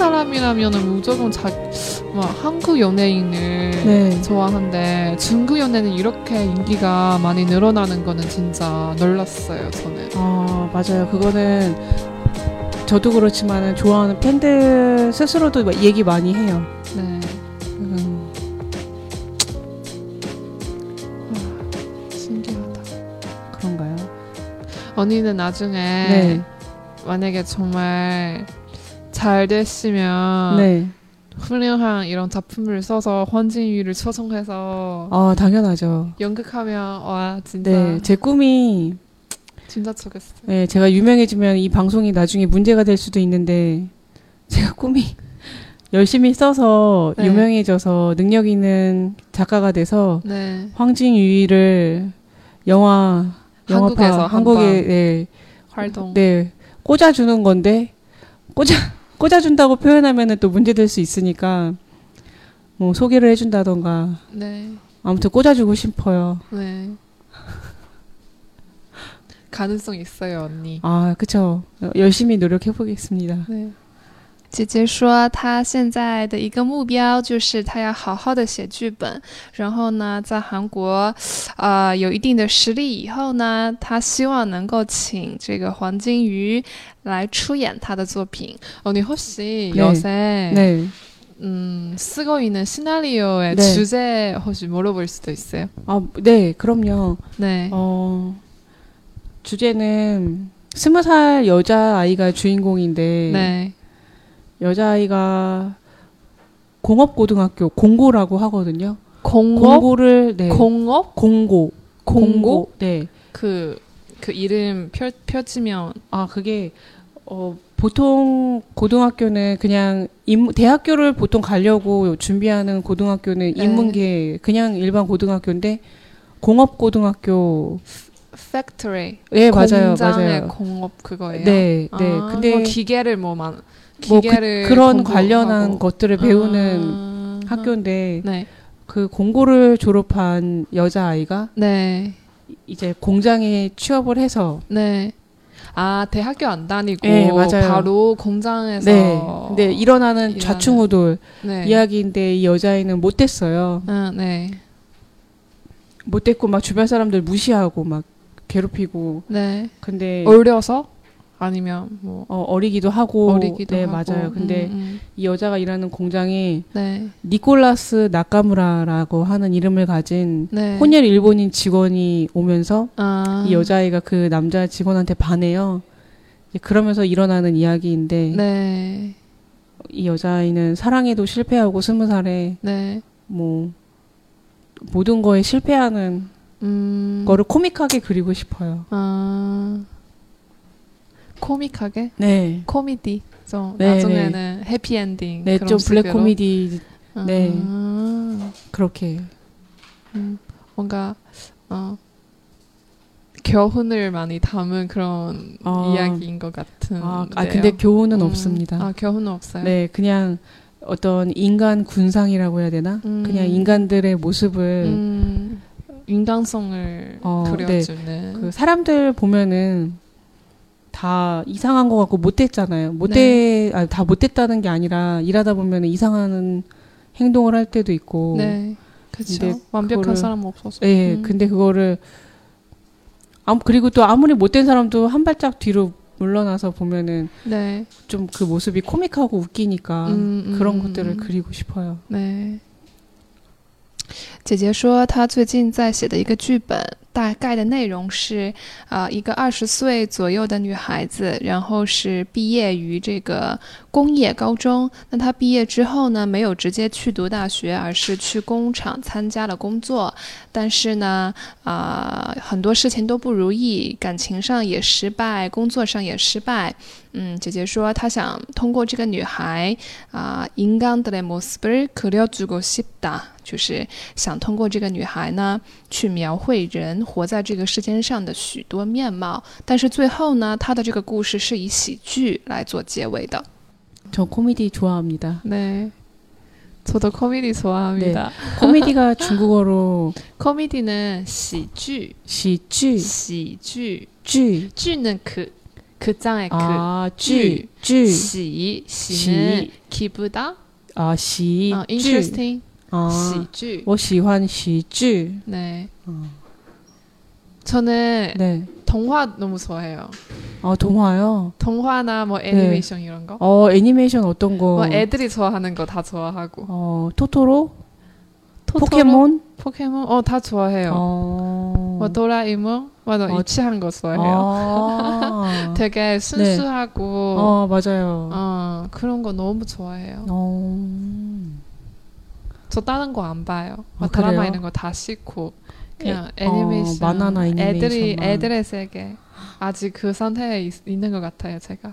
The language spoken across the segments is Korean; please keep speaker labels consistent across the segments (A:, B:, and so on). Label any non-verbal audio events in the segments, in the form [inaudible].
A: 연예인이라면은 무조건 자, 막 한국 연예인을
B: 네.
A: 좋아하는데 중국 연예는 이렇게 인기가 많이 늘어나는 거는 진짜 놀랐어요 저는.
B: 아 맞아요. 그거는 저도 그렇지만 좋아하는 팬들 스스로도 막 얘기 많이 해요.
A: 네.
B: 음,
A: 아, 신기하다.
B: 그런가요?
A: 언니는 나중에
B: 네.
A: 만약에 정말 잘 되시면
B: 네.
A: 훌륭한 이런 작품을 써서 환진유를 초청해서
B: 아 당연하죠.
A: 연극하면 와 진짜
B: 네. 제 꿈이
A: 진짜 좋겠어요.
B: 네, 제가 유명해지면 이 방송이 나중에 문제가 될 수도 있는데 제가 꿈이 [laughs] 열심히 써서
A: 네.
B: 유명해져서 능력 있는 작가가 돼서
A: 네.
B: 황진유이를 영화
A: 한국에서
B: 영화파 한국에
A: 한번
B: 네,
A: 활동.
B: 네 꽂아주는 건데 꽂아 꽂아준다고 표현하면 또 문제될 수 있으니까 뭐 소개를 해준다던가
A: 네.
B: 아무튼 꽂아주고 싶어요.
C: [laughs]
A: 네. 가능성 있어요, 언니.
B: 아 그쵸 열심히 노력해 보겠습니다.
A: 네.
C: 姐姐说，她现在的一个目标就是她要好好的写剧本，然后呢，在韩国，呃，有一定的实力以后呢，她希望能够请这个黄金鱼来出演她的作品。
A: 언니 혹시
B: 네.
A: 요새
B: 네.
A: 음, 쓰고 있는 시나리오의
B: 네.
A: 주제 혹시 물어볼 수도 있어요?
B: 아, 네, 그럼요.
A: 네.
B: 어, 주제는 스무 살 여자아이가 주인공인데,
A: 네.
B: 여자아이가 공업고등학교, 공고라고 하거든요.
A: 공업
B: 공고를, 네.
A: 공업
B: 공고.
A: 공고
B: 네.
A: 그, 그 이름 펼, 펼치면
B: 아, 그게, 어, 보통 고등학교는 그냥 인, 대학교를 보통 가려고 준비하는 고등학교는
A: 네.
B: 인문계, 그냥 일반 고등학교인데, 공업고등학교.
A: factory
B: 네, 맞아요,
A: 공장의
B: 맞아요.
A: 공업 그거예요.
B: 네,
A: 아,
B: 네. 근데
A: 뭐 기계를 뭐만
B: 뭐
A: 기계를
B: 그, 그런
A: 공부하고.
B: 관련한 것들을 배우는
A: 아,
B: 학교인데
A: 네.
B: 그 공고를 졸업한 여자 아이가
A: 네.
B: 이제 공장에 취업을 해서
A: 네. 아, 대학교 안 다니고
B: 네, 맞아요.
A: 바로 공장에서
B: 네 근데 일어나는
A: 일하는-
B: 좌충우돌
A: 네.
B: 이야기인데 이 여자아이는 못됐어요
A: 아, 네.
B: 못됐고 막 주변 사람들 무시하고 막 괴롭히고
A: 네.
B: 근데
A: 어려서 아니면 뭐
B: 어, 어리기도 하고
A: 어리기도
B: 네
A: 하고.
B: 맞아요 근데
A: 음, 음.
B: 이 여자가 일하는 공장에
A: 네.
B: 니콜라스 나카무라라고 하는 이름을 가진
A: 네.
B: 혼혈 일본인 직원이 오면서
A: 아,
B: 이 여자아이가 그 남자 직원한테 반해요. 이제 그러면서 일어나는 이야기인데
A: 네.
B: 이 여자아이는 사랑에도 실패하고 스무 살에
A: 네.
B: 뭐 모든 거에 실패하는
A: 음.
B: 거를 코믹하게 그리고 싶어요.
A: 아. 코믹하게
B: 네.
A: 코미디. 좀
B: 네,
A: 나중에는 해피엔딩
B: 네,
A: 그런
B: 좀 블랙
A: 식으로.
B: 코미디 네.
A: 아,
B: 그렇게.
A: 음, 뭔가 어, 교훈을 많이 담은 그런
B: 아.
A: 이야기인 것 같은.
B: 아, 아, 근데 교훈은 없습니다.
A: 음, 아 교훈은 없어요.
B: 네, 그냥 어떤 인간 군상이라고 해야 되나?
A: 음.
B: 그냥 인간들의 모습을
A: 음, 인간성을
B: 어,
A: 그려주는.
B: 그 사람들 보면은 다 이상한 것 같고 못됐잖아요. 못돼
A: 네.
B: 아니, 다 못됐다는 게 아니라 일하다 보면 이상한 행동을 할 때도 있고.
A: 네, 그렇죠.
B: 근데
A: 완벽한
B: 그거를-
A: 사람 없어서.
B: 예,
A: 음.
B: 근데 그거를 아무 그리고 또 아무리 못된 사람도 한 발짝 뒤로 물러나서 보면은
A: 네.
B: 좀 그 모습이 코믹하고 웃기니까
A: 음, 음,
B: 아, 그런
A: 음,
B: 것들을
A: 음.
B: 그리고 싶어요.
A: 네.
C: 姐姐说，她最近在写的一个剧本，大概的内容是，呃，一个二十岁左右的女孩子，然后是毕业于这个工业高中。那她毕业之后呢，没有直接去读大学，而是去工厂参加了工作。但是呢，啊、很多事情都不如意，感情上也失败，工作上也失败。嗯，姐姐说她想通过这个女孩，啊、인간들의모습을그려주고싶다，就是想通过这个女孩呢，去描绘人活在这个世间上的许多面貌。但是最后呢，她的这个故事是以喜剧来做结尾的。
B: 저 코미디 좋아합니다.
A: 네. 저도 코미디 좋아합니다.
B: 코미디가 [laughs] 중국어로
A: 코미디는 시주,
B: 시쥐,
A: 시주,
B: 쥐,
A: 쥐는 그 극장의 극.
B: 아, 쥐, 쥐,
A: 시, 시는 기쁘다.
B: 아, 시,
A: 어,
B: 쥐,
A: interesting.
B: 아,
A: 시剧.
B: 我喜欢喜剧.
A: 네.
B: 어.
A: 저는
B: 네.
A: 동화 너무 좋아해요.
B: 아, 동화요?
A: 동화나 뭐 애니메이션 이런 거.
B: 어, 애니메이션 네. 어떤 거?
A: 뭐 애들이 좋아하는 거 다 좋아하고.
B: 어, 토토로?
A: 토토로?
B: 포켓몬?
A: 포켓몬 어 다 좋아해요.
B: 어.
A: 뭐 도라에몽, 뭐너
B: 어.
A: 유치한 거 좋아해요. [laughs]
B: 아.
A: 되게 순수하고
B: 어, 맞아요.
A: 어. 그런 거 너무 좋아해요.
B: 어.
A: 저 다른 거 안 봐요. 뭐
B: 아,
A: 드라마
B: 그래요?
A: 이런 거 다 싫고 그냥
B: 에-
A: 애니메이션,
B: 어, 만화나
A: 애들이
B: 애니메이션만.
A: 애들의 세계 아직 그 상태에 있, 있는 것 같아요. 제가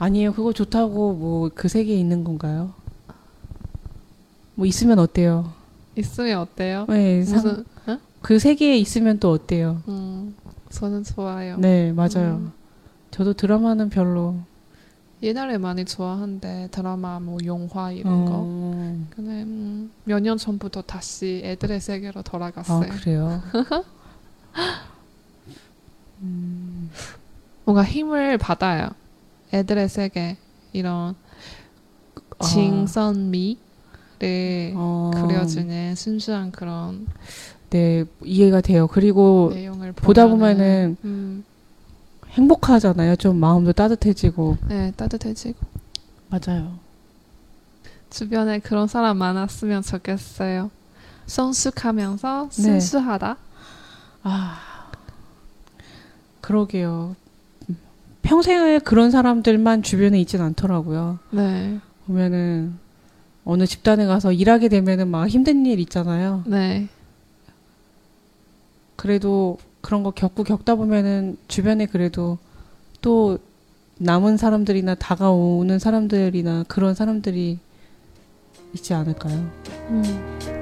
B: 아니에요. 그거 좋다고 뭐 그 세계에 있는 건가요? 뭐 있으면 어때요?
A: 있으면 어때요?
B: 네, 상-
A: 무슨 응?
B: 그 세계에 있으면 또 어때요?
A: 음, 저는 좋아요.
B: 네, 맞아요.
A: 음.
B: 저도 드라마는 별로.
A: 옛날에 많이 좋아하는데 드라마 뭐 영화 이런 거.
B: 어,
A: 근데 음, 몇년 전부터 다시 애들의 세계로
B: 아,
A: 돌아갔어요. [laughs]
B: 그래요?
A: 뭔가 힘을 받아요. 애들의 세계 이런
B: 아.
A: 진선미를
B: 어,
A: 그려주는 순수한 그런
B: 네, 이해가 돼요. 그리고
A: 내용을
B: 뭐, 보다
A: 보면은,
B: 보면은
A: 음,
B: 행복하잖아요. 좀 마음도 따뜻해지고.
A: 네 따뜻해지고
B: 맞아요.
A: 주변에 그런 사람 많았으면 좋겠어요. 성숙하면서
B: 네.
A: 순수하다.
B: 아, 그러게요. 음, 평생을 그런 사람들만 주변에 있진 않더라고요.
A: 네,
B: 보면은 어느 집단에 가서 일하게 되면은 막 힘든 일 있잖아요.
A: 네,
B: 그래도 그런 거 겪고 겪다 보면은 주변에 그래도 또 남은 사람들이나 다가오는 사람들이나 그런 사람들이 있지 않을까요?
A: 음,